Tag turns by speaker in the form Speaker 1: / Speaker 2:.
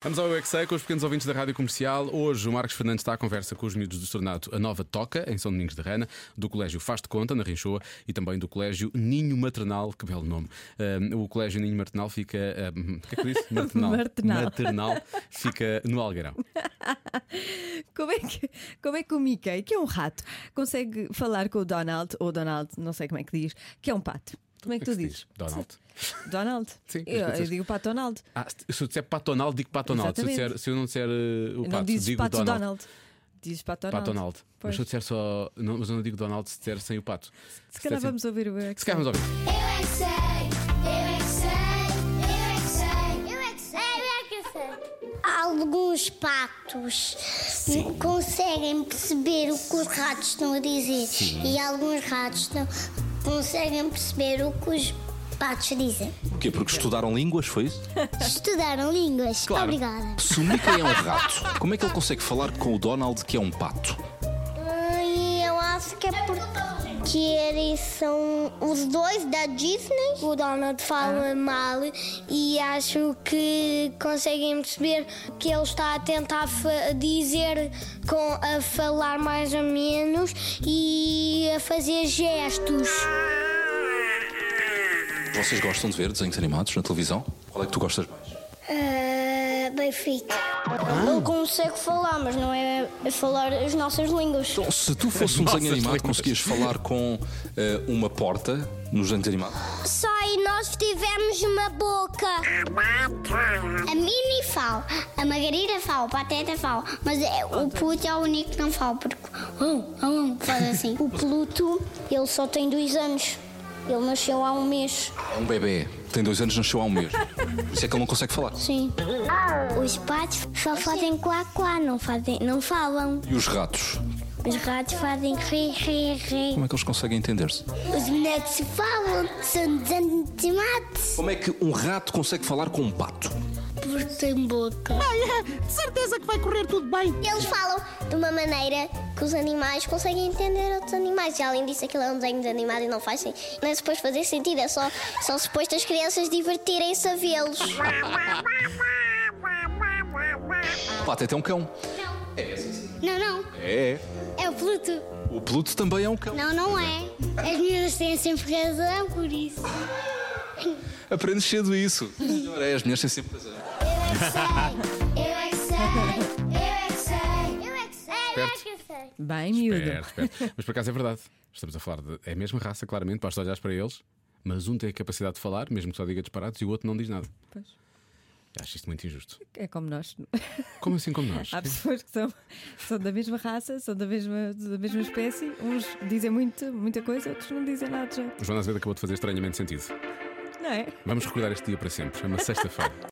Speaker 1: Vamos ao UXA com os pequenos ouvintes da Rádio Comercial. Hoje o Marcos Fernandes está à conversa com os miúdos do Estornato A Nova Toca, em São Domingos de Rana, do Colégio Faz de Conta, na Rinchoa, e também do Colégio Ninho Maternal, que belo nome. Um, o Colégio Ninho Maternal fica. um, O que é que eu disse? Maternal.
Speaker 2: Maternal. é
Speaker 1: Maternal fica no Algueirão.
Speaker 2: Como é, que, como é que o Mickey, que é um rato, consegue falar com o Donald, ou Donald, não sei como é que diz, que é um pato? Como é que tu
Speaker 1: se
Speaker 2: dizes?
Speaker 1: diz? Donald.
Speaker 2: Donald?
Speaker 1: Sim, é
Speaker 2: eu,
Speaker 1: mas tu
Speaker 2: eu
Speaker 1: dizes-
Speaker 2: digo pato Donald.
Speaker 1: Ah, se- se eu disser patonal, digo patonal. Se eu,
Speaker 2: Exatamente.
Speaker 1: disser- se eu não disser uh, o
Speaker 2: não
Speaker 1: pato,
Speaker 2: dizes
Speaker 1: digo
Speaker 2: pato
Speaker 1: Donald.
Speaker 2: Dizes pato Donald.
Speaker 1: Pato Donald. Mas
Speaker 2: Pois.
Speaker 1: se eu disser só. Não, mas eu não digo Donald se disser sem o pato.
Speaker 2: Se calhar
Speaker 1: disser sem-
Speaker 2: vamos ouvir o UXA.
Speaker 1: Se calhar vamos ouvir.
Speaker 3: Eu é que sei, eu é que sei, eu é que sei, eu é que sei, eu é que sei. Alguns patos não conseguem perceber o que os ratos estão a dizer e alguns ratos não conseguem perceber o que os patos dizem.
Speaker 4: O quê? Porque estudaram línguas, foi isso?
Speaker 3: Estudaram línguas. Obrigada.
Speaker 4: Se o Mickey é um rato, como é que ele consegue falar com o Donald, que é um pato?
Speaker 3: E eu acho que é porque eles são os dois da Disney. O Donald fala mal e acho que conseguem perceber o que ele está a tentar fa- dizer com a falar mais ou menos e a fazer gestos.
Speaker 4: Vocês gostam de ver desenhos animados na televisão? Qual é que tu gostas mais?
Speaker 3: bem feito. Ele consegue falar, mas não é falar as nossas línguas.
Speaker 4: Então, se tu fosse um
Speaker 1: Nossas
Speaker 4: desenho animado,
Speaker 1: línguas.
Speaker 4: conseguias falar com eh, uma porta nos desenhos animados?
Speaker 3: Só e nós tivemos uma boca. A Mini fala, a Margarida fala, o Pateta fala, mas é- o Pluto é o único que não fala, porque hum, hum, faz assim. o Pluto, ele só tem dois anos. Ele nasceu há um mês.
Speaker 4: É um bebê, tem dois anos, nasceu há um mês. Por isso é que ele não consegue falar.
Speaker 3: Sim. Os patos só fazem quá-quá, não, fazem, não falam.
Speaker 4: E os ratos?
Speaker 3: Os ratos fazem ri, ri, ri.
Speaker 4: Como é que eles conseguem entender-se?
Speaker 3: Os bonecos falam, são desanimados.
Speaker 4: Como é que um rato consegue falar com um pato?
Speaker 3: Porque tem boca.
Speaker 5: Olha, é, de certeza que vai correr tudo bem.
Speaker 3: Eles falam de uma maneira que os animais conseguem entender outros animais. E além disso, aquilo é um desenho de animado e não faz sentido. Não é suposto fazer sentido, é só, só suposto as crianças divertirem-se a vê-los.
Speaker 4: O pato é até um cão.
Speaker 3: Não, não.
Speaker 4: É.
Speaker 3: É o Pluto.
Speaker 4: O Pluto também é um cão.
Speaker 3: Não, não é. As minhas têm sempre razão por isso.
Speaker 4: Aprendes cedo isso. Senhora, é, as mulheres têm sempre razão.
Speaker 3: Eu é que sei. Eu é que sei. Eu é que sei. Eu é que sei.
Speaker 2: Bem, miúdo.
Speaker 1: Espera, espera. Mas por acaso é verdade. Estamos a falar de. É a mesma raça, claramente, basta olhar para eles, mas um tem a capacidade de falar, mesmo que só diga disparados, e o outro não diz nada.
Speaker 2: Pois.
Speaker 1: Eu Acho isto muito injusto.
Speaker 2: É como nós.
Speaker 1: Como assim como nós?
Speaker 2: Há pessoas que são, são da mesma raça, são da mesma, da mesma espécie. Uns dizem muito, muita coisa, outros não dizem nada de jeito.
Speaker 1: O Joana Azevedo acabou de fazer estranhamente sentido.
Speaker 2: Não é?
Speaker 1: Vamos recordar este dia para sempre. É uma sexta-feira.